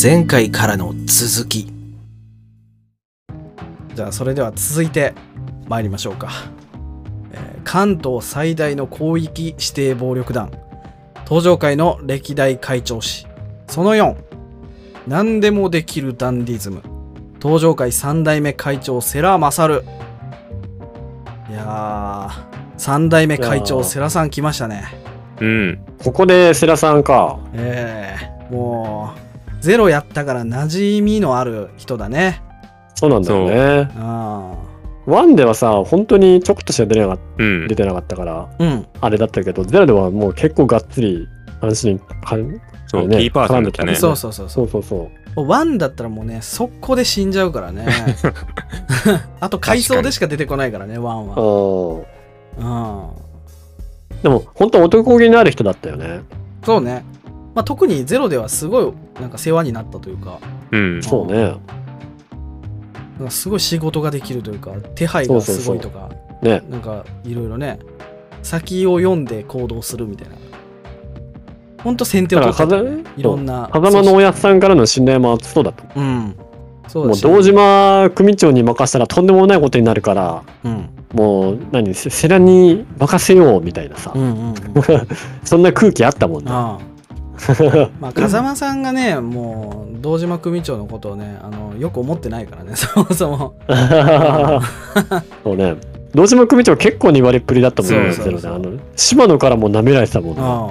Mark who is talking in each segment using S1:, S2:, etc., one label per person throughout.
S1: 前回からの続きじゃあそれでは続いて参りましょうか、えー関東最大の広域指定暴力団東上会の歴代会長氏その4何でもできるダンディズム東上会3代目会長世良勝いやー3代目会
S2: いや
S1: 長
S2: ー
S1: 世良さん来ましたね
S2: うん。ここで世良さんか。
S1: ええもうゼロやったから馴染みのある人だね
S2: そうなんだよね。
S1: あ
S2: ワンではさ、本当にちょこっとしか出れなかっ
S3: うん
S2: 出てなかったから、
S1: あうん
S2: あれだったけど、ゼロではもう結構がっつり話にかん、
S3: そう、
S2: ね
S3: キーパーソンだったね。
S1: そうそうそうそ
S2: そううそうそう。
S1: ワンだったらもうね速攻で死んじゃうから ね あと回想でしか出てこないからねワンは
S2: あ
S1: う
S2: ーでも、本当男気のある人だったよね。
S1: んそうね、まあ、特にゼロではすごいなんか世話になったというか
S3: うん。
S2: そうね。
S1: なんかすごい仕事ができるというか手配がすごいとか
S2: ね。
S1: なんかいろいろね先を読んで行動するみたいなほんと先手を取ってたよね
S2: だから風
S1: いろんな
S2: 風間のおやつさんからの信頼も厚そうだと。
S1: うん。そう
S2: も
S1: だ
S2: う
S1: し
S2: 堂島組長に任せたらとんでもないことになるから、
S1: うん。
S2: もう何、せ世良に任せようみたいなさ
S1: う、んうんうん。
S2: そんな空気あったもんね。
S1: あ あ。まあ、風間さんがね、もう、堂島組長のことをね、あの、よく思ってないからね、 そもそも。
S2: そうね。堂島組長結構に言われっぷりだったもんね。
S1: そうそうそう
S2: ゼロねあの島野からも舐められてたもんね。
S1: あ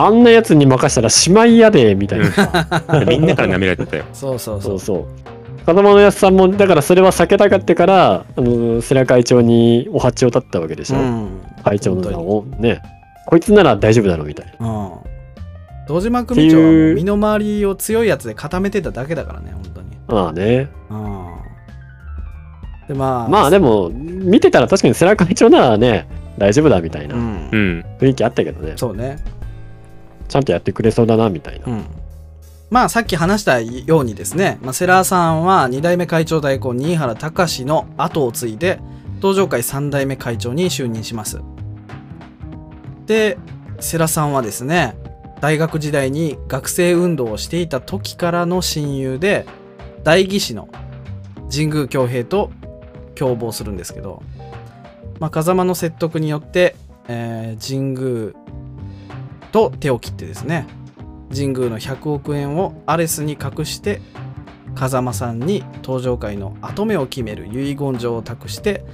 S2: あんなやつに任したらしまいやで、みたいなさ。
S3: みんなから舐められてたよ。
S1: あ。そうそうそ
S2: そうう。そう。風間のやつさんも、だからそれは避けたかったから、あの、世良会長にお鉢を立ったわけでし
S1: う
S2: ょ。
S1: ん。
S2: 会長の座を。ね。こいつなら大丈夫だろ、みたいな。
S1: うん。堂島組長はもう身の回りを強いやつで固めてただけだからね、本当に。
S2: まあね。
S1: うん。で、まあ。
S2: まあでも、見てたら確かに世良会長ならね、大丈夫だ、みたいうなん
S3: う。ん。
S2: 雰囲気あったけどね。
S1: そうね。
S2: ちゃんとやってくれそうだな、みたいな
S1: う。ん、まあさっき話したようにですね、まあ、セラーさんは2代目会長代行新原隆の後を継いで東上会3代目会長に就任しますで世良さんはですね大学時代に学生運動をしていた時からの親友で代議士の神宮恭平と共謀するんですけど、まあ、風間の説得によって、えー神宮と手を切ってですね神宮の100億円をアレスに隠して風間さんに登場会の跡目を決める遺言状を託して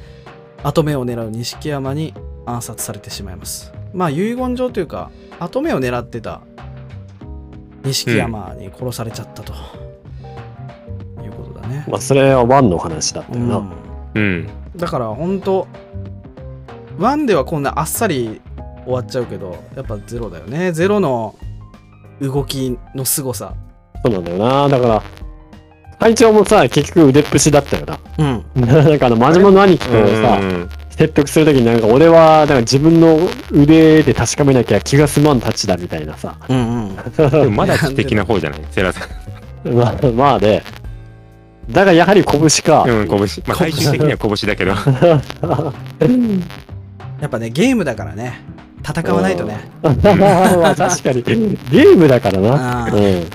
S1: 跡目を狙う錦山に暗殺されてしまいますまあ遺言状というか跡目を狙ってた錦山に殺されちゃったと、いうことだね、
S2: まあそれはワンの話だったよな。
S1: うん
S3: うん。
S1: だから本当ワンではこんなあっさり終わっちゃうけどやっぱゼロだよねゼロの動きの凄さ
S2: そうなんだよな。だから、会長もさ、結局腕っぷしだったよな。
S1: うん
S2: なんかあの、真島の兄貴とさ、説得するときになんか俺は、なんか自分の腕で確かめなきゃ気が済まんたちだみたいなさ。
S1: うんうん
S3: でもまだ知的な方じゃない。セラさん。
S2: まあ、まあで、だがやはり拳か。
S3: うん、拳。まあ、最終的には拳だけど。
S1: やっぱねゲームだからね戦わないとね
S2: まあ確かに。ゲームだからな。
S1: あ
S2: う
S1: ー
S2: ん。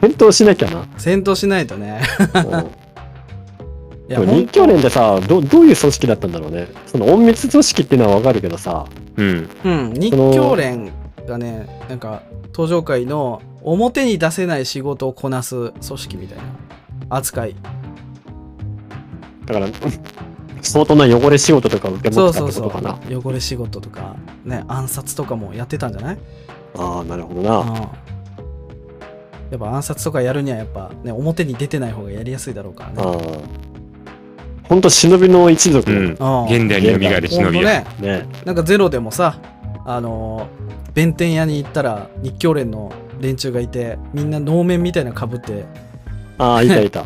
S2: 戦闘しなき ゃな。
S1: 戦闘しないとね
S2: うん
S1: い
S2: で
S1: や
S2: も
S1: ほん
S2: 日教連ってさど、どういう組織だったんだろうね。その隠密組織っていうのはわかるけどさ、
S3: うん。
S1: うん日教連がねなんか登場会の表に出せない仕事をこなす組織みたいな扱い
S2: だから、相当な汚れ仕事とか受け持
S1: そ
S2: っ
S1: う
S2: てた
S1: そ
S2: っ
S1: う
S2: てこ
S1: そ
S2: とかな。
S1: う汚れ仕事とかね暗殺とかもやってたんじゃない
S2: ああ、なるほどな。
S1: やっぱ暗殺とかやるにはやっぱね表に出てない方がやりやすいだろうからね。
S2: ああ。ほんと忍びの一族
S3: う
S2: だよ
S3: ん。
S1: あ
S3: 現代に蘇る
S1: ほ
S3: 忍
S1: んと
S3: びや。
S1: ね、
S2: ね。
S1: なんかゼロでもさ、あのー弁天屋に行ったら日教連の連中がいてみんな能面みたいなかぶって
S2: ああ、いた いた。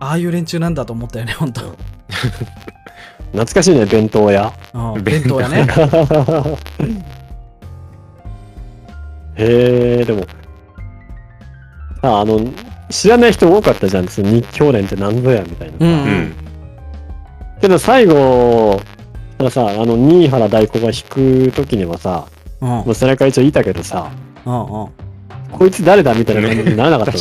S1: ああいう連中なんだと思ったよね本当。
S2: 懐かしいね、弁当 屋。
S1: うん弁
S3: 弁
S1: 当
S3: 当
S1: 屋
S3: 屋
S1: ね。
S2: へえ、でも。ああの、知らない人多かったじゃん。その日教連って何ぞや、みたいな。
S1: うんう
S3: うんん。
S2: けど最後、たださ、あの、新原大子が引くときにはさ、
S1: うんうん
S2: もう背中一応いたけどさ、
S1: うん
S2: こいつ誰だみたいな感じにならなかっ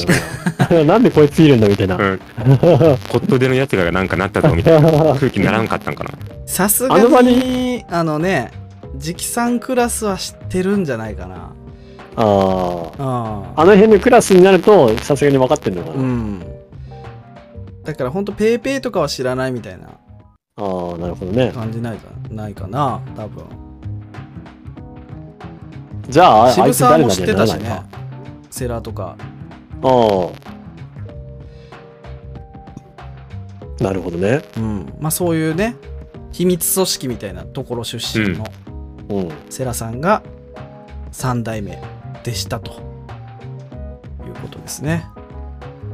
S2: たのなんでこいついるんだみたいな。
S3: うん。コットでのやつがなんかなったぞみたいな空気にならんかったんかな。
S1: さすが
S2: あの場
S1: にあのね直参クラスは知ってるんじゃないかな
S2: あー
S1: あ
S2: あの辺のクラスになると、さすがに分かってんのか
S1: う
S2: な。
S1: んだからほんとペイペイとかは知らないみたいな
S2: ああ、なるほどね。
S1: 感じないかないかな多分
S2: じゃあ、あ
S1: 渋
S2: いつ
S1: 沢
S2: 誰
S1: も
S2: だ
S1: 知
S2: み
S1: って
S2: な
S1: た
S2: ら
S1: し
S2: ないな
S1: ねセラとか
S2: あーなるほどね。
S1: うんまあそういうね秘密組織みたいなところ出身の
S2: うん。
S1: セラさんが3代目でしたということですね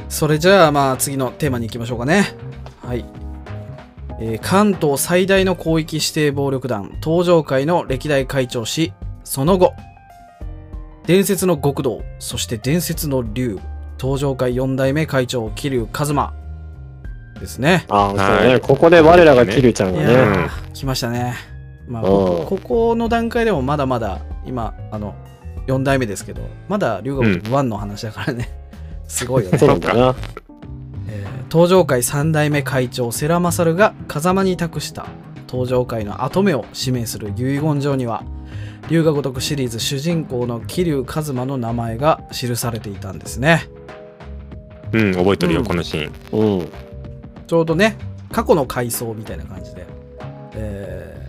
S1: それじゃあまあ次のテーマに行きましょうかねはい、えー関東最大の広域指定暴力団東上会の歴代会長しその後伝説の極道そして伝説の竜東上会4代目会長桐生一馬ですね
S2: ああ、そう
S3: は
S2: ね。
S3: い
S2: ここで我らがキリちゃん
S1: い
S2: が
S1: や
S2: ね。
S1: ー、来ましたね。まあ、
S2: うん
S1: ここここの段階でもまだまだ、今、あの、4代目ですけど、まだ龍河1の話だからね。 すごいよね
S2: そ。うなんだな。
S1: えー東上会3代目会長世良勝が風間に託した東上会の跡目を指名する遺言状には龍が如くシリーズ主人公の桐生一馬の名前が記されていたんですね
S3: うん、うん覚えてる
S1: う
S3: よ、
S1: ん
S3: このシーン。
S2: うん。
S1: ちょうどね過去の回想みたいな感じで、え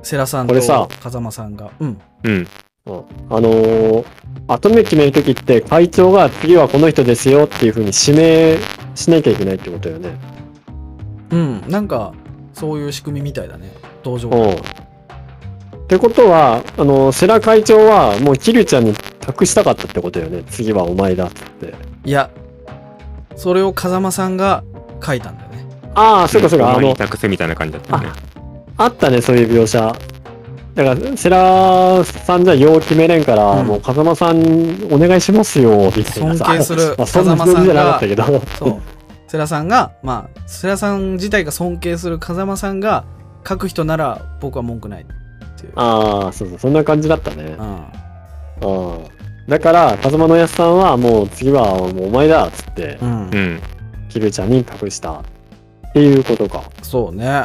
S1: ー、世良さんと
S2: これさ
S1: 風間さんがうん
S3: うん。
S2: うんあのー、後目決めるときって、会長が次はこの人ですよっていうふうに指名しなきゃいけないってことよね。
S1: うん、なんかそういう仕組みみたいだね道場
S2: うん。ってことは、あのー、世良会長はもうキリちゃんに託したかったってことよね。次はお前だっつって。
S1: いやそれを風間さんが書いたんだよね
S2: ああ、そうかそうか。あ
S3: あの、
S2: の、
S3: 託せみたいな感じだったよね。
S2: あったね、そういう描写。だから、世良さんじゃよう決めれんから、
S1: うん
S2: もう風間さんお願いしますよ、みたいなさ。
S1: 尊敬する
S2: まあ、そん
S1: 風間さん
S2: な
S1: が
S2: 風じゃなかったけど。
S1: そう世良さんがまあ世良さん自体が尊敬する風間さんが書く人なら僕は文句ないっていう
S2: ああ、そうそう、そんな感じだったね。
S1: うん
S2: うんだから、風間のやすさんはもう次はもうお前だっつって、
S1: うん
S3: うん。
S2: キルちゃんに隠したっていうことか。
S1: そうね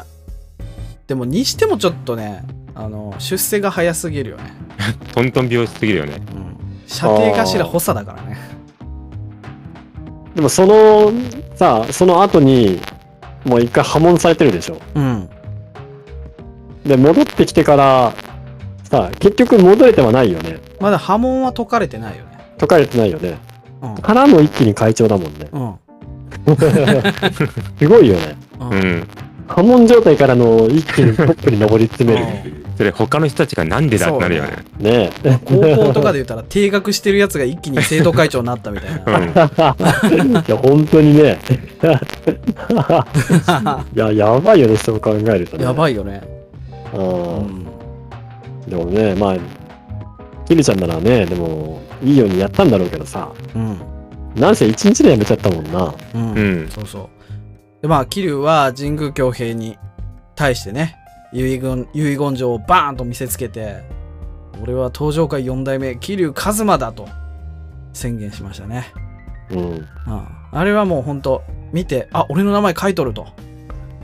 S1: でもにしてもちょっとねあの出世が早すぎるよね、
S3: トントン拍子すぎるよね。
S1: うん、射程頭補佐だからね
S2: でもその、さ、その後に、もう一回破門されてるでしょ。
S1: うん
S2: で、戻ってきてから、さ、結局戻れてはないよね。
S1: まだ波紋は解かれてないよね
S2: 解かれてないよね。
S1: うん。
S2: からの一気に会長だもんね
S1: うん
S2: すごいよね。
S1: うん
S3: うん。
S2: 破門状態からの一気にトップに上り詰める。
S3: それ、他の人たちがなんでだってなるよね。
S2: ねえ。
S1: 高校とかで言ったら定額してるやつが一気に生徒会長になったみたいな。
S2: いや、本当にね。いや、やばいよね、そう考えるとね。
S1: やばいよね。
S2: う。
S1: うんん、
S2: でもね、まあ、キリちゃんならね、でも、いいようにやったんだろうけどさ、
S1: うん、
S2: なんせ一日でやめちゃったもんな。
S1: う。
S3: うんん。
S1: そうそう。で、まあ、桐生は神宮恭平に対してね、遺言遺言状をバーンと見せつけて、俺は東上界4代目、桐生一馬だと宣言しましたね。
S2: うん。
S1: うん、あれはもうほんと、見て、あ、俺の名前書いとると。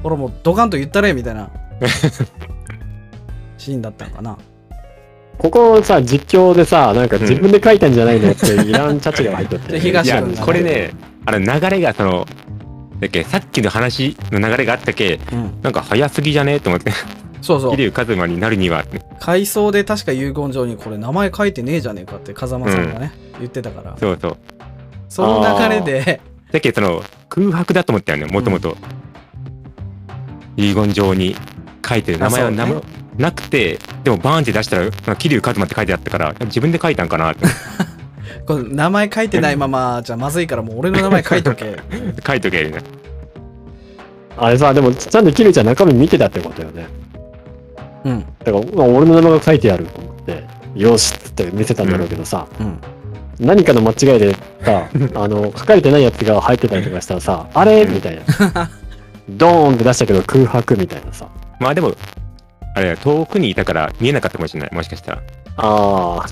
S1: ほら、もうドカンと言ったれ、みたいなシーンだったのかな。
S2: ここさ、実況でさ、なんか自分で書いたんじゃないのって、いらんチャチが入っとっ
S1: で
S2: て。
S1: 東
S3: いや
S1: 君が、
S3: これね、あの、流れがその、だっけ、さっきの話の流れがあったけ、
S1: うん、
S3: なんか早すぎじゃねえと思って、
S1: そうそう。
S3: 桐生一馬になるには、
S1: 回想で確か遺言状にこれ名前書いてねえじゃねえかって風間さんがね、言ってたから
S3: そうそう。
S1: その流れで
S3: だけど、その、空白だと思ったよね、もともと。遺言状に書いてる名前はな,、
S1: あそうね
S3: なくて、でもバーンって出したら、なんか桐生一馬って書いてあったから、自分で書いたんか なって、
S1: この名前書いてないままじゃまずいからもう俺の名前書いとけ
S3: 書いとけよね。
S2: あれさ、でも、ちゃんとキリちゃん中身見てたってことよね。
S1: うん
S2: だから、まあ俺の名前が書いてあると思って、よしっつって見せたんだろうけどさ、
S1: うん
S2: 何かの間違いで さ、あの、書かれてないやつが入ってたりとかしたらさ、あれみたいな。ドーンって出したけど空白みたいなさ。
S3: まあでも、あれ遠くにいたから見えなかったかもしれないもしかしたら
S2: ああ。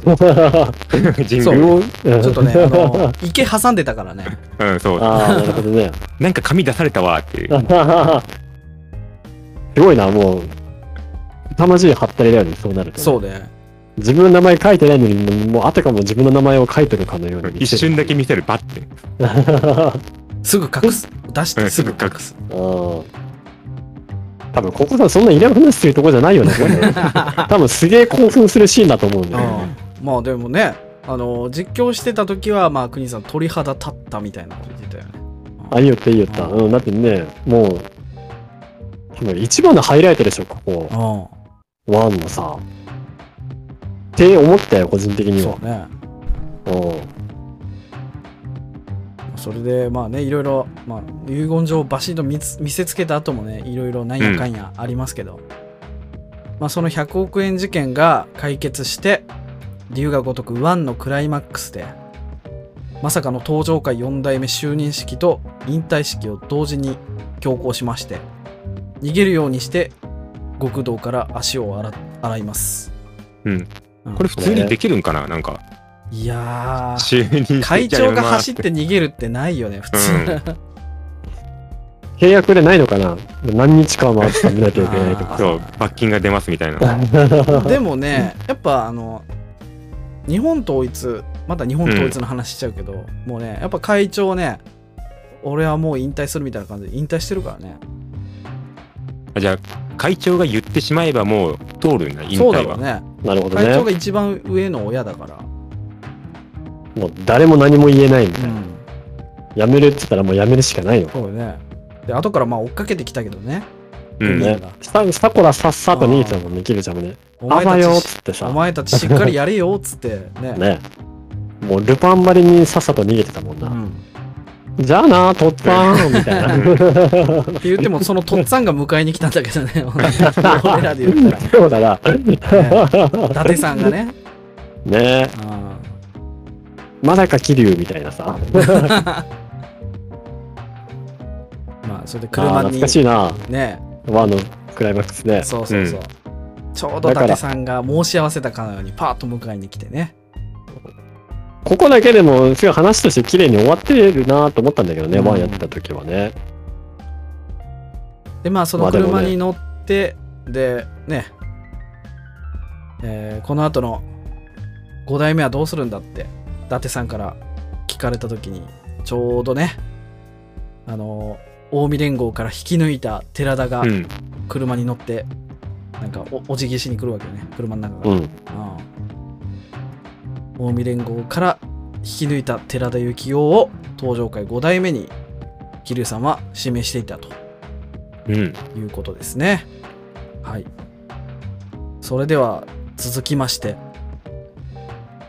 S3: 神
S1: そ
S3: 宮
S1: う
S2: ち
S1: ちょっとね、あの、池挟んでたからね。
S3: うんそう
S2: ああ、なるほどね。
S3: なんか紙出されたわっていう
S2: すごいな、もう。凄まじいハったりだよね、そうなると。
S1: そうね。
S2: 自分の名前書いてないのに、もうあたかも自分の名前を書いてるかのように。
S3: 一瞬だけ。見せるバッて
S2: あ
S1: すぐ隠す。出し
S3: う
S1: て
S3: ん
S1: すぐ
S3: すぐ
S1: 隠
S3: 隠
S1: す。
S2: あ。多分、ここさんそんないらん話してるとこじゃないよね、これね多分、すげえ興奮するシーンだと思うんだよね。
S1: うんまあでもね、あの、実況してた時は、まあ、国さん鳥肌立ったみたいなこと言ってたよね。
S2: あ、いいよっていいよった。うん、だってね、もう、多分一番のハイライトでしょ、ここ。
S1: う
S2: ワンのさ。って思ったよ、個人的
S1: ん。
S2: には
S1: そ。うね。
S2: うん
S1: それで、まあね、いろいろ、まあ、遺言状をバシッと見つ見せつけた後もね、いろいろなんやかんやありますけど、まあその100億円事件が解決して、龍が如く1のクライマックスで、まさかの登場会4代目就任式と引退式を同時に強行しまして、逃げるようにして、極道から足を洗洗います。
S3: うん
S1: うん
S3: これ普通にできるんかななんか
S1: いやー、
S3: 就任式
S1: 会長が走って逃げるってないよね、普通。
S3: うん
S2: 契約でないのかな何日間回って見なきゃいけないと
S1: あ
S2: か。
S3: そう罰金が出ますみたいな
S1: でもね、やっぱあの、日本統一、また日本統一の話しちゃうけど、もうね、やっぱ会長ね、俺はもう引退するみたいな感じで引退してるからね。
S3: じゃあ会長が言ってしまえばもう通るんだ引
S1: そうだ
S3: 退
S1: ろ
S3: は
S1: うね。
S2: なるほど
S1: 会長が
S2: ね。
S1: 一番上の親だから。
S2: もう誰も何も言えないみたいな。
S1: ん。
S2: 辞めるって言ったらもう辞めるしかないのか。
S1: そうだね。で、後からまあ追っかけてきたけどね。
S3: う
S1: うん
S3: ん
S2: ね。さ、さこらさっさと逃げちゃうもんね、キルちゃんもね。
S1: お
S2: あ
S1: 前
S2: ばよ
S1: た
S2: っ
S1: ちし、
S2: つって
S1: お
S2: さ。
S1: 前たちしっかりやれよっつってね。
S2: ね。もうルパンばりにさっさと逃げてたもん
S1: う
S2: な。
S1: ん、
S2: じゃあな、とっつぁんみたいな。
S1: って言ってもそのとっつぁんが迎えに来たんだけど ね俺らで言った
S2: そうだな。
S1: ら伊達さんがね、
S2: ね
S1: うん、
S2: まだか桐生みたいなさ。
S1: まあそれで
S2: あー
S1: 車
S2: 懐
S1: に
S2: かしいな。
S1: ね
S2: ワンのクライマックスね。
S1: そうそうそう、ちょうど伊
S2: だから
S1: 達さんが申し合わせたかのようにパーッと迎えに来てね
S2: ここだけでも、すごい話として綺麗に終わってるなと思ったんだけどね、
S1: うん
S2: ワンやってた時はね。
S1: でまあそ
S2: ま
S1: の
S2: あでもね
S1: 車に乗って、でねえーこの後の5代目はどうするんだって伊達さんから聞かれた時にちょうどねあの近江連合から引き抜いた寺田が
S3: うん
S1: 車に乗って、なんかおお辞儀しに来るわけよね車の中から
S2: う、ん。
S1: うん、近江連合から引き抜いた寺田幸雄を登場会5代目に桐生さんは指名していたと
S3: うん
S1: いうことですねはいそれでは続きまして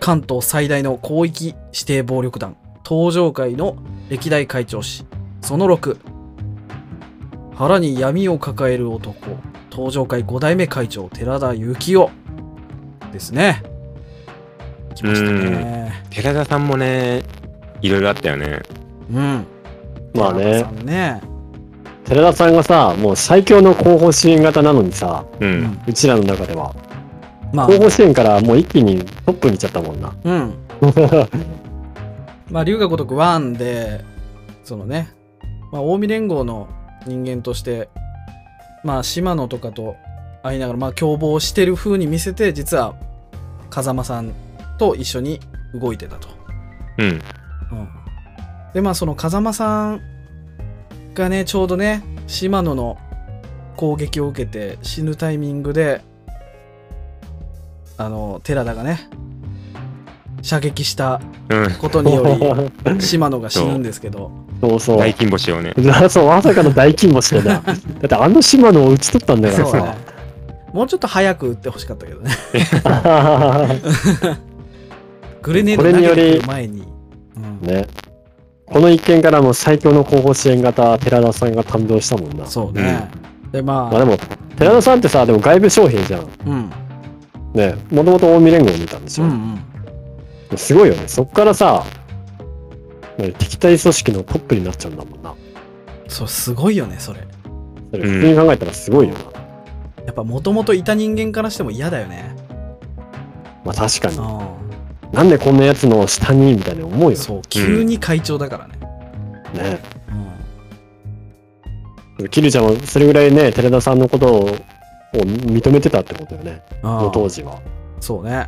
S1: 関東最大の広域指定暴力団東上会の歴代会長氏その6腹に闇を抱える男東上会5代目会長寺田幸雄ですね来ましたね
S3: 寺田さんもねいろいろあったよね
S1: うん
S2: ま
S1: 寺
S2: あ
S1: 田
S2: ね
S1: さ、んね
S2: 寺田さんがさ、もう最強の後方支援型なのにさ、
S3: う
S1: うんん
S2: うちらの中では。
S1: まあ
S2: 後方支援からもう一気にトップにいっちゃったもん な。
S1: うんまあ、龍が如く1で、そのね、まあ、近江連合の人間として、まあ、島野とかと会いながら、まあ、共謀してる風に見せて、実は、風間さんと一緒に動いてたと。
S3: うん
S1: うん、で、まあ、その風間さんがね、ちょうどね、島野の攻撃を受けて死ぬタイミングで、あの、寺田がね、射撃した
S3: うん
S1: ことによ り、島野が死ぬんですけど、
S2: そうそう。
S3: 大金星をね
S2: そう、まさかの大金星でな。だってあの島のを打ち取ったんだから
S1: そう
S2: さ
S1: ね。。もうちょっと早く打ってほしかったけど ね。グレネード投げてくる前に。うん
S2: ね。この一件からもう最強の後方支援型、寺田さんが誕生したもんな。
S1: そうね。で、ま
S2: まあ
S1: あ、
S2: でも、寺田さんってさ、でも外部商品じゃん。
S1: うん。
S2: ね。もともと近江連合にいたんでし
S1: う
S2: ょ。
S1: ん
S2: すごいよね。そっからさ、ね敵対組織のトップになっちゃうんだもんな。
S1: うん。そう、すごいよね、それ。
S2: それ普通に考えたらすごいよな。
S1: やっぱもともといた人間からしても嫌だよね
S2: まあ確かに
S1: う。
S2: なんでこんなやつの下にみたいな思うんよ。
S1: そう急に会長だからね、
S2: ね。
S1: うん
S2: キルちゃんはそれぐらいね、寺田さんのことを認めてたってことよね。
S1: あ
S2: この
S1: あ
S2: 当時は。
S1: そうね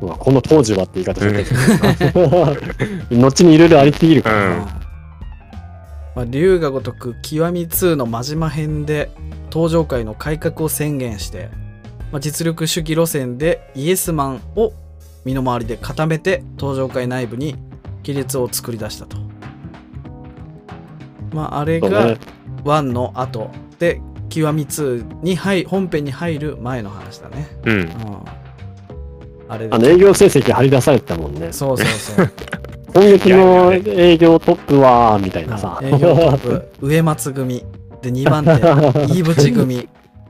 S2: うわこの当時はって言い方してたけど。 後にいろいろありすぎるから。
S3: うん
S1: まあ、龍が如く極み2の真島編で登場界の改革を宣言して、まあ、実力主義路線でイエスマンを身の回りで固めて登場界内部に亀裂を作り出したと。まあ、あれ
S2: そう
S1: が
S2: ね。
S1: 1の後で極み2に入本編に入る前の話だね。
S3: うん
S1: うん、あれ
S2: あの営業成績張り出されてたもんね。
S1: そうそう そう。
S2: 今月の
S3: いやいや
S2: 営業トップは、みたいなさ。
S1: 営業トップ植松組で2番手 飯淵組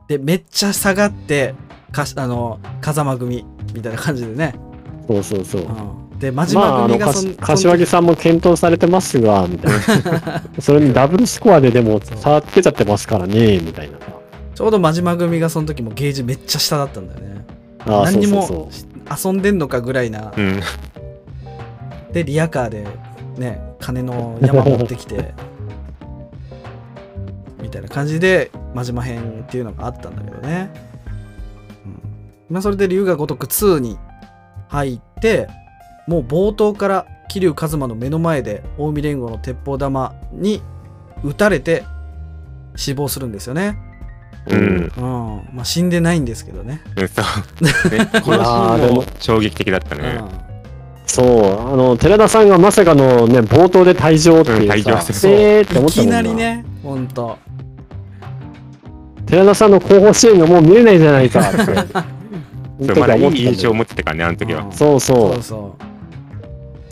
S1: でめっちゃ下がってかしあの風間組みたいな感じでね、
S2: そうそうそう
S1: う。ん、で真
S2: ま
S1: 島
S2: あ、あの、
S1: 組が
S2: か
S1: そん、
S2: し柏木さんも検討されてま すが、みたいな。それにダブルスコアででも差つけちゃってますからね、みたいな。
S1: ちょうど真島組がその時もゲージめっちゃ下だったんだよね
S2: ああ、
S1: 何に
S2: そうそう
S1: も
S2: そう
S1: し遊んでんのかぐらいな、
S3: うん
S1: でリヤカーでね金の山持ってき てみたいな感じで真島編っていうのがあったんだけどね、うんまあ、それで龍が如く2に入ってもう冒頭から桐生一馬の目の前で近江連合の鉄砲玉に撃たれて死亡するんですよね、
S3: う
S2: うん
S3: ん
S1: うんまあ、死んでないんですけどね、
S3: うんそうねこのシ
S2: あー
S3: ー
S2: で
S3: ン
S2: も
S3: も衝撃的だった
S1: うん
S3: ね
S2: そう、あの、寺田さんがまさかのね、冒頭で退場っていう
S3: うん退場
S2: さ、
S3: して
S1: そう
S2: えーって思
S1: い
S2: っ
S1: き
S2: たもん
S1: なりねほんと
S2: 寺田さんの後方支援がもう見えないじゃな いかって。
S3: そうまだいい印象を
S2: も。
S3: 持ってたからねあの時は
S2: そうそ
S1: そうそ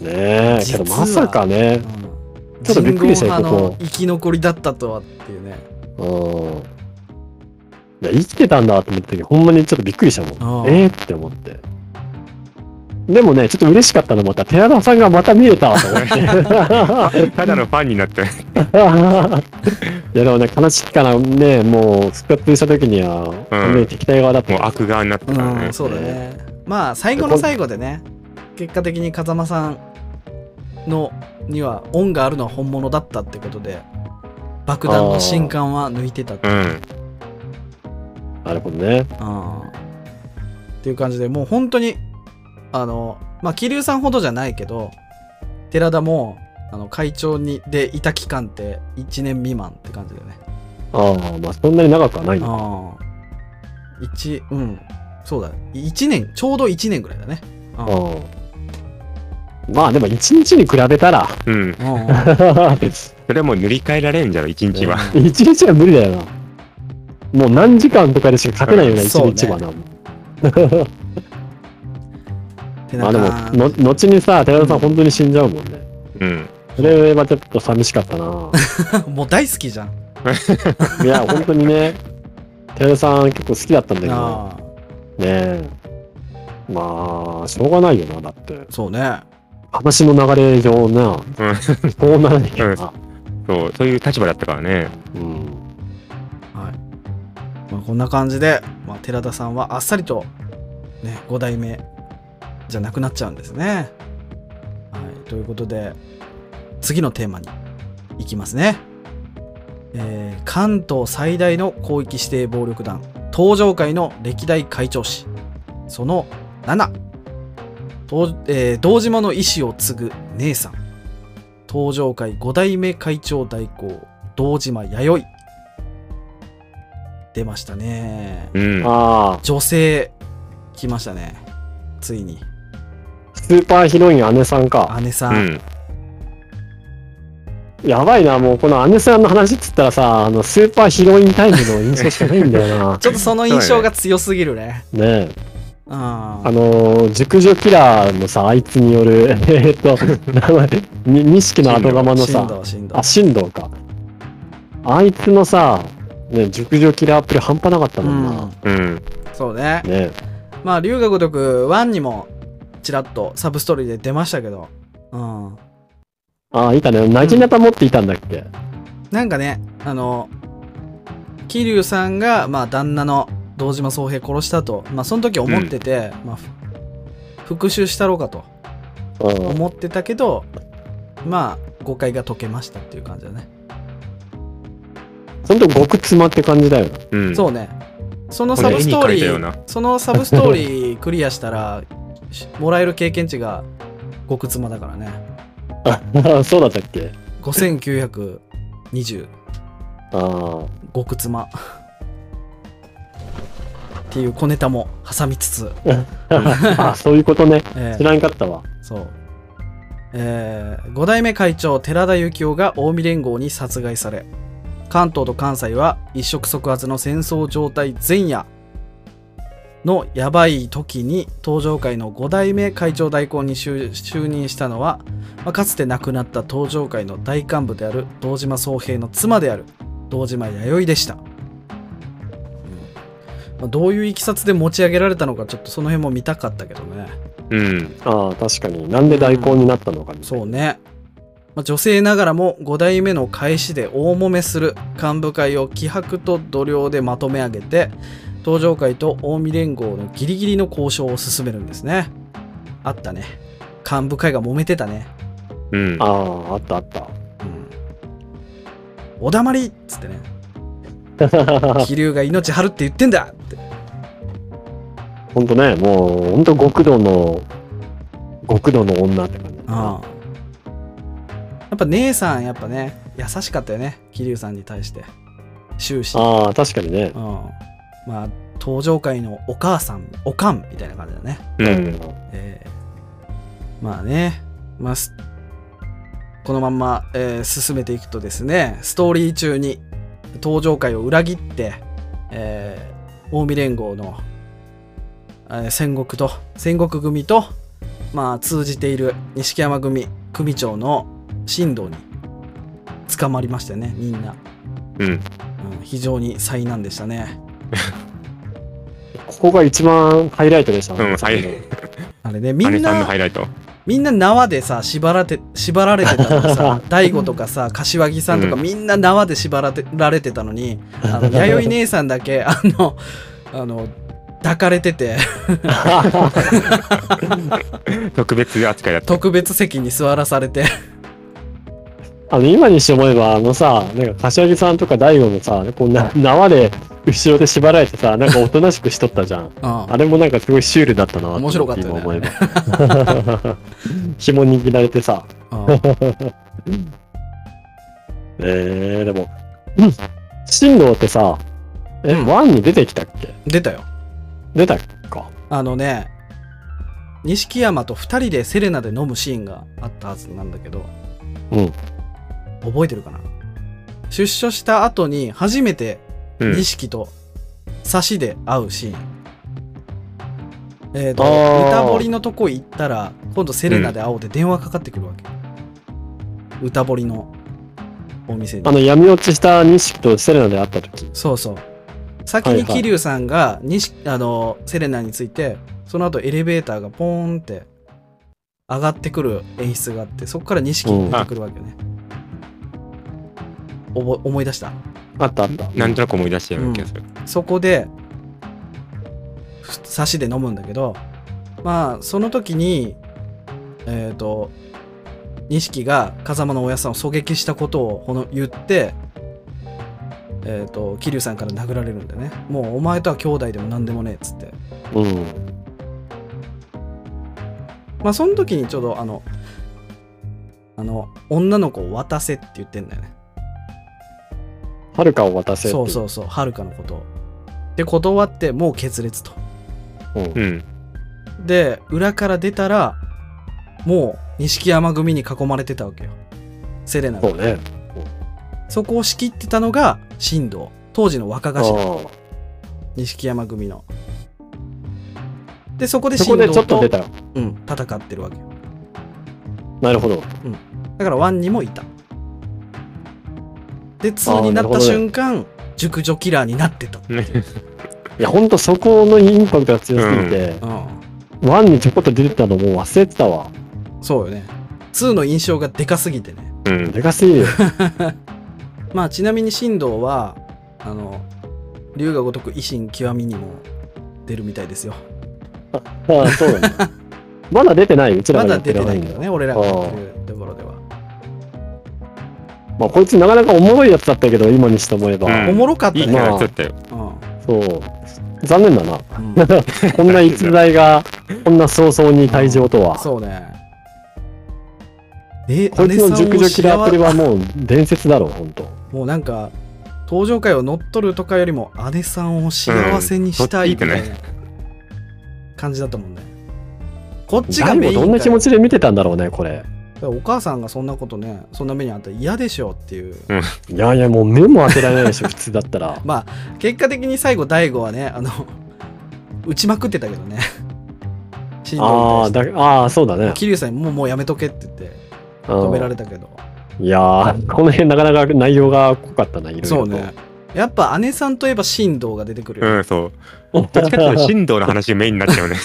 S1: う
S2: う。ねえ、けど
S1: 実は
S2: まさかね。
S1: うん
S2: ちょっとびっくりしたよ
S1: 人工
S2: こ
S1: 派
S2: こ
S1: の生き残りだったとはっていうね。
S2: うん。いや生きてたんだと思ったけど、ほんまにちょっとびっくりしたも
S1: あ
S2: ん。
S1: あ
S2: えーって思って。でもね、ちょっと嬉しかったのまた、寺田さんがまた見えたと思 って。
S3: ただのファンになって
S2: いやでもね、悲しいからね、もう復活した時には、
S3: うん
S2: ね、敵対側だった
S3: もう悪側になってたからね
S1: そうだね。まあ最後の最後でね、結果的に風間さんのには恩があるのは本物だったってことで、爆弾の新刊は抜いてたって
S3: う
S1: いう、
S3: ん
S2: なるほどね。
S1: うんっていう感じでもう本当に、あの、まあ桐生さんほどじゃないけど、寺田もあの会長にでいた期間って1年未満って感じだよね。
S2: ああ、まあそんなに長くはないんだ。
S1: ああ。一、うん。そうだ。一年、ちょうど一年ぐらいだね。ああ
S2: うんまあでも一日に比べたら、
S3: うん
S1: うん。
S2: 一
S3: それはもう塗り替えられんじゃろ一日は
S2: 日は無理だよな。もう何時間とかでしか勝てないような
S1: うん
S2: 一
S1: そうね
S2: 日はな。
S1: ってな
S2: まあでも
S1: 感じ
S2: の、後にさ、寺田さ
S1: うん
S2: ん本当に死んじゃうもんね。
S3: うん
S2: それはちょっと寂しかったな。
S1: もう大好きじゃん。
S2: いや、本当にね、寺田さん結構好きだったんだけど。
S1: ああ。
S2: ねえ。まあ、しょうがないよな、だって。
S1: そうね。
S2: 話の流れ上な、
S3: うん
S2: そうならなきゃな。
S3: そうそういう立場だったからね
S2: うん。
S1: はい。まあ、こんな感じで、まあ、寺田さんはあっさりと、ね、5代目じゃなくなっちゃうんですね。はい。ということで、次のテーマに行きますね。えー関東最大の広域指定暴力団、東上会の歴代会長氏、その7。東えー堂島の意志を継ぐ姉さん。東上会5代目会長代行、堂島弥生。出ましたね。
S3: うん
S2: ああ、
S1: 女性、来ましたね。ついに。
S2: スーパーヒロイン姉さんか。
S1: 姉さ。。
S3: うんん
S2: やばいな、もうこの姉さんの話っつったらさ、あの、スーパーヒロインタイムの印象しかないんだよな
S1: ちょっとその印象が強すぎるね。
S2: ねえ。
S1: うん。あ
S2: あの、熟女キラーのさ、あいつによる、 えーっと、名前、に錦の後釜の
S1: 振
S2: さ、
S1: 動、振動
S2: あ、。神道か。あいつのさ、ね、熟女キラーっぷり半端なかった
S1: う
S2: もんな。
S1: ん。
S3: うん
S1: そうね。
S2: ね
S1: まあ、龍が如く1にも、ちらっとサブストーリーで出ましたけど。うん。
S2: ああ、いたね。なぎなた持っていたんだっけ、
S1: なんかね、あの、桐生さんが、まあ、旦那の堂島宗平殺したと、まあ、その時思ってて、まあ、ふ復讐したろうかと
S2: うん
S1: 思ってたけどまあ誤解が解けましたっていう感じだね、
S2: その時極妻って感じだよ な。
S3: うん
S1: そうねその
S3: こ
S1: サ
S3: れ
S1: ブ
S3: 絵
S1: ス
S3: に
S1: トー
S3: 描い
S1: リ
S3: たよう
S1: ー
S3: な
S1: そのサブストーリークリアしたらしもらえる経験値が極妻だからね
S2: あ、そうだったっけ
S1: 5920
S2: あ
S1: 極妻っていう小ネタも挟みつつ、
S2: あ。あ、そういうことね。
S1: えー
S2: 知らんかったわ。
S1: そう。えー、5代目会長寺田幸雄が近江連合に殺害され関東と関西は一触即発の戦争状態前夜のやばい時に東上会の5代目会長代行に就就任したのは、まあかつて亡くなった東上会の大幹部である堂島宗平の妻である堂島弥生でした、まあどういういきさつで持ち上げられたのかちょっとその辺も見たかったけどね
S3: うん
S2: ああ、確かに。なんで代行になったのかみたいな
S1: そうね。まあ女性ながらも5代目の返しで大揉めする幹部会を気迫と度量でまとめ上げて、東上会と近江連合のギリギリの交渉を進めるんですね。あったね。幹部会が揉めてたね。
S3: うん
S2: ああ、あったあった。
S1: うん。お黙りっつってね。気流が命張るって言ってんだって。
S2: ほんとね、もう、ほんと極道の、極道の女って感じ。
S1: ああ。やっぱ姉さんやっぱね、優しかったよね。気流さんに対して。終始。
S2: ああ、確かにね
S1: う。ん、まあ登場界のお母さんおかんみたいな感じだね、
S3: う。
S2: うん
S1: えーまあね、まあ、すこのまんま、えー進めていくとですねストーリー中に登場界を裏切って、えー近江連合の、えー戦国と戦国組と、まあ、通じている錦山組組長の進藤に捕まりましたよねみんな、
S3: うん
S1: うん非常に災難でしたね
S2: ここが一番ハイライトでしたね。
S3: うんはい
S1: あれね、み
S3: 姉
S1: ん
S3: さんの
S1: な
S3: ハ、イライト
S1: みんな縄でさ、縛られて、縛られてたのに さ、大悟とかさ、柏木さんとか
S3: うん
S1: みんな縄で縛られてられてたのに、あの、弥生姉さんだけ、あの、あの、抱かれてて、
S3: 特別扱いだった
S1: 特別席に座らされて、
S2: あの、今にして思えば、あのさ、なんか、柏木さんとか大悟もさ、こんな縄で、後ろで縛られてさ、なんかおとなしくしとったじゃ
S1: う
S2: ん。
S1: ん
S2: あれもなんかすごいシュールだったなって
S1: 面白かったよね
S2: 今思えば。 紐握られてさ。
S1: うん
S2: えー、でも、うん。進路ってさ、え、ワンに出てきたっけ
S1: 出たよ。
S2: 出たか。
S1: あのね、錦山と二人でセレナで飲むシーンがあったはずなんだけど、
S2: うん。
S1: 覚えてるかな出所した後に初めて
S3: うん
S1: 錦と差しで会うシーン。えっ、と、
S2: あー
S1: 歌堀のとこ行ったら、今度セレナで会おうで電話かかってくるわけ。歌堀のお店
S2: あ
S1: に。
S2: の、闇落ちした錦とセレナで会った時。
S1: そうそう。先
S2: はい
S1: に
S2: はい
S1: 桐生さんが、にしあのセレナについて、その後エレベーターがポーンって上がってくる演出があって、そこから錦に出てくるわけよね。おぼ思い出した
S2: あったあった。
S3: なんとなく思い出したような気がする
S1: そこでふ差しで飲むんだけどまあその時にえっ、と錦が風間の親さんを狙撃したことをこの言ってえっ、と桐生さんから殴られるんだよねもうお前とは兄弟でも何でもねえっつって
S2: うん。
S1: まあその時にちょうどあのあの女の子を渡せって言ってんだよね
S2: はるかを渡せってい
S1: そうそうそうはるかのことをで断ってもう決裂と
S2: うん。
S3: うん
S1: で裏から出たらもう錦山組に囲まれてたわけよセレナが
S2: そ
S1: そう
S2: ね。
S1: こを仕切ってたのが神道当時の若
S2: あ
S1: 頭
S2: ー
S1: 錦山組のでそこで
S2: そこで
S1: 神
S2: ちょ
S1: 道と
S2: っと出たよ。
S1: うん、戦ってるわけよ
S2: なるほど。
S1: だからワンにもいたでツーにな
S2: なる
S1: っ
S2: ほど
S1: た
S2: ね
S1: 瞬間熟女キラーになってた、
S3: ね
S2: いや、ほんとそこのインパクトが強すぎて、
S1: うん、
S2: ワンにちょこっと出てたのもう忘れてたわ。
S1: そうよねツーの印象がでかすぎてね
S3: う ん
S2: でかすぎるよ。
S1: まあちなみに神道はあの龍が如く維新極みにも出るみたいですよ。
S2: ああ、そうなんだ。まだ出てないうちら
S1: ま
S2: がや
S1: だ
S2: って
S1: 出
S2: る
S1: てな
S2: のはいい
S1: け
S2: い
S1: ど
S2: ん
S1: ね、
S2: だ。
S1: 俺らがやってるところでは。
S2: まあ、こいつなかなかおもろいやつだったけど、今にして思えば。
S3: うん
S1: おもろかった
S3: いいキ
S1: ね
S3: ャ。ラだったよ。
S1: うん
S2: そう。残念だな。
S1: うん
S2: こんな逸材が、こんな早々に退場とは。
S1: そうね。え、
S2: こいつの熟女キラープリ
S1: は
S2: はもう伝説だろう、ほんと。
S1: もうなんか、登場回を乗っ取るとかよりも、姉さんを幸せにしたいみたいな
S3: うん
S1: 感じだったもんね。こっちが
S2: 誰
S1: メ
S2: も
S1: イン
S2: どんな気持ちで見てたんだろうね、これ。
S1: だからお母さんがそんなことね、そんな目にあったら嫌でしょっていう。
S2: いやいや、もう目も当てられないでしょ、普 通だったら。
S1: まあ、結果的に最後、大悟はね、あの、 打ちまくってたけどね。しん
S2: あ
S1: どい
S2: あ、
S1: みた
S2: だ
S1: いな。
S2: ああ、そうだね。
S1: 桐生さんにもうもうやめとけって言って止められたけど。
S2: うんいやー、この辺なかなか内容が濃かったな、いろいろと
S1: そう ね。。やっぱ姉さんといえば神道が出てくるよ、
S3: う
S1: ね
S3: ん、そう。どっちかっていうと、神道の話がメインになっちゃうね。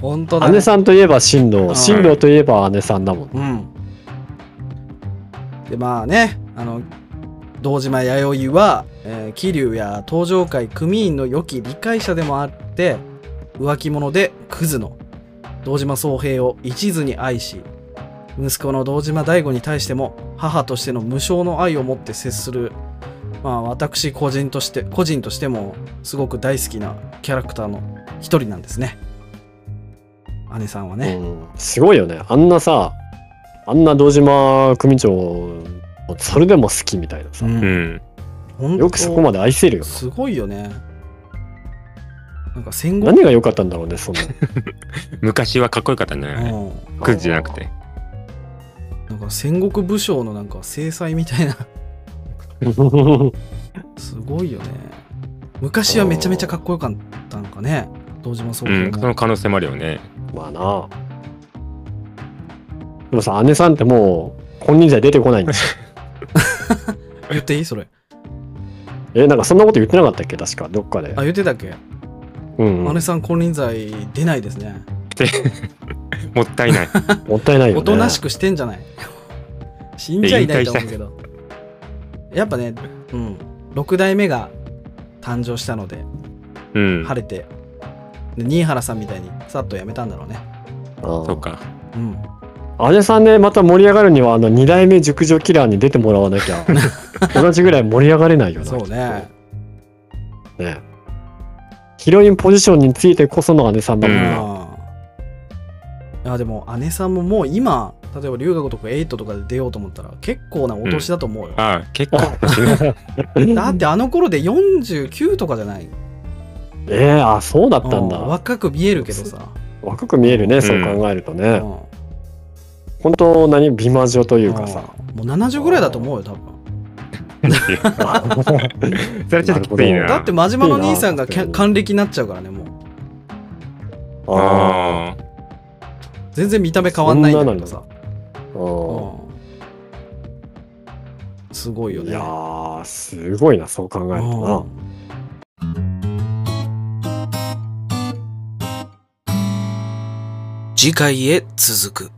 S1: 本当だ、ね。
S2: 姉さんといえば新
S1: う
S2: 郎、
S1: ん
S2: 新郎といえば姉さんだもん。
S1: うん。で、まあね、あの、堂島弥生は、えー桐生や東上会組員の良き理解者でもあって、浮気者でクズの堂島宗平を一途に愛し、息子の堂島大吾に対しても母としての無償の愛を持って接する、まあ私個人として、個人としてもすごく大好きなキャラクターの一人なんですね。姉さんはね。
S2: うんすごいよね。あんなさ、あんな堂島組長、それでも好きみたいなさ。
S1: ん
S3: うん。
S1: 本当
S2: よくそこまで愛せるよな。
S1: すごいよねなんか戦後
S2: 何が良かったんだろうね、そんな。
S3: 昔はかっこよかったんじゃ
S1: う
S3: ない
S1: ん
S3: クズじゃなくて。
S1: なんか戦国武将のなんか制裁みたいな すごいよね昔はめちゃめちゃかっこよかったのかね堂島総
S3: う
S1: 平
S3: ん、その
S1: も、
S3: 可能性もあるよね。
S2: まあな。でもさ、姉さんってもう、本人じゃ出てこないんですよ。
S1: 言っていいそれ
S2: え、なんかそんなこと言ってなかったっけ確か、どっかで
S1: あ。言ってたっけ、
S2: うん、うん。
S1: 姉さん金輪際出ないですね
S3: もったいない。
S2: もったいないよね。
S1: おとなしくしてんじゃない 死んじゃいないと思うけどやっぱねうん6代目が誕生したので
S3: うん。
S1: 晴れてで新原さんみたいにさっと辞めたんだろうね
S2: うん
S3: そうか。
S1: うん
S2: 姉さんね、また盛り上がるには、あの、二代目熟女キラーに出てもらわ なきゃ、同じぐらい盛り上がれないよな。
S1: そうね。
S2: きっと。ね。ヒロインポジションについてこその姉さんだもん
S1: うん。い
S2: な。
S1: や、でも、姉さんももう今、例えば、龍河とかエイトとかで出ようと思ったら、結構なお年だと思うよ。
S3: ああ、結構。
S1: だって、あの頃で49とかじゃない。
S2: え えあ、そうだったん
S1: う
S2: だ。
S1: 若く見えるけどさ。
S2: 若く見えるね、そう考えると
S1: う
S2: ね。
S1: ん
S2: 本当何、美魔女というかさ。
S1: もう70ぐらいだと思うよ、多分。
S3: それちょっときついな。
S1: だって、真島の兄さんが
S2: いいな
S1: け還暦になっちゃうからね、もう。
S2: あ
S3: ああ。
S1: 全然見た目変わんないんだけどさ。
S2: あ
S1: うんすごいよ
S2: い
S1: ね。
S2: やー、すごいな、そう考えると
S1: 次回へ続く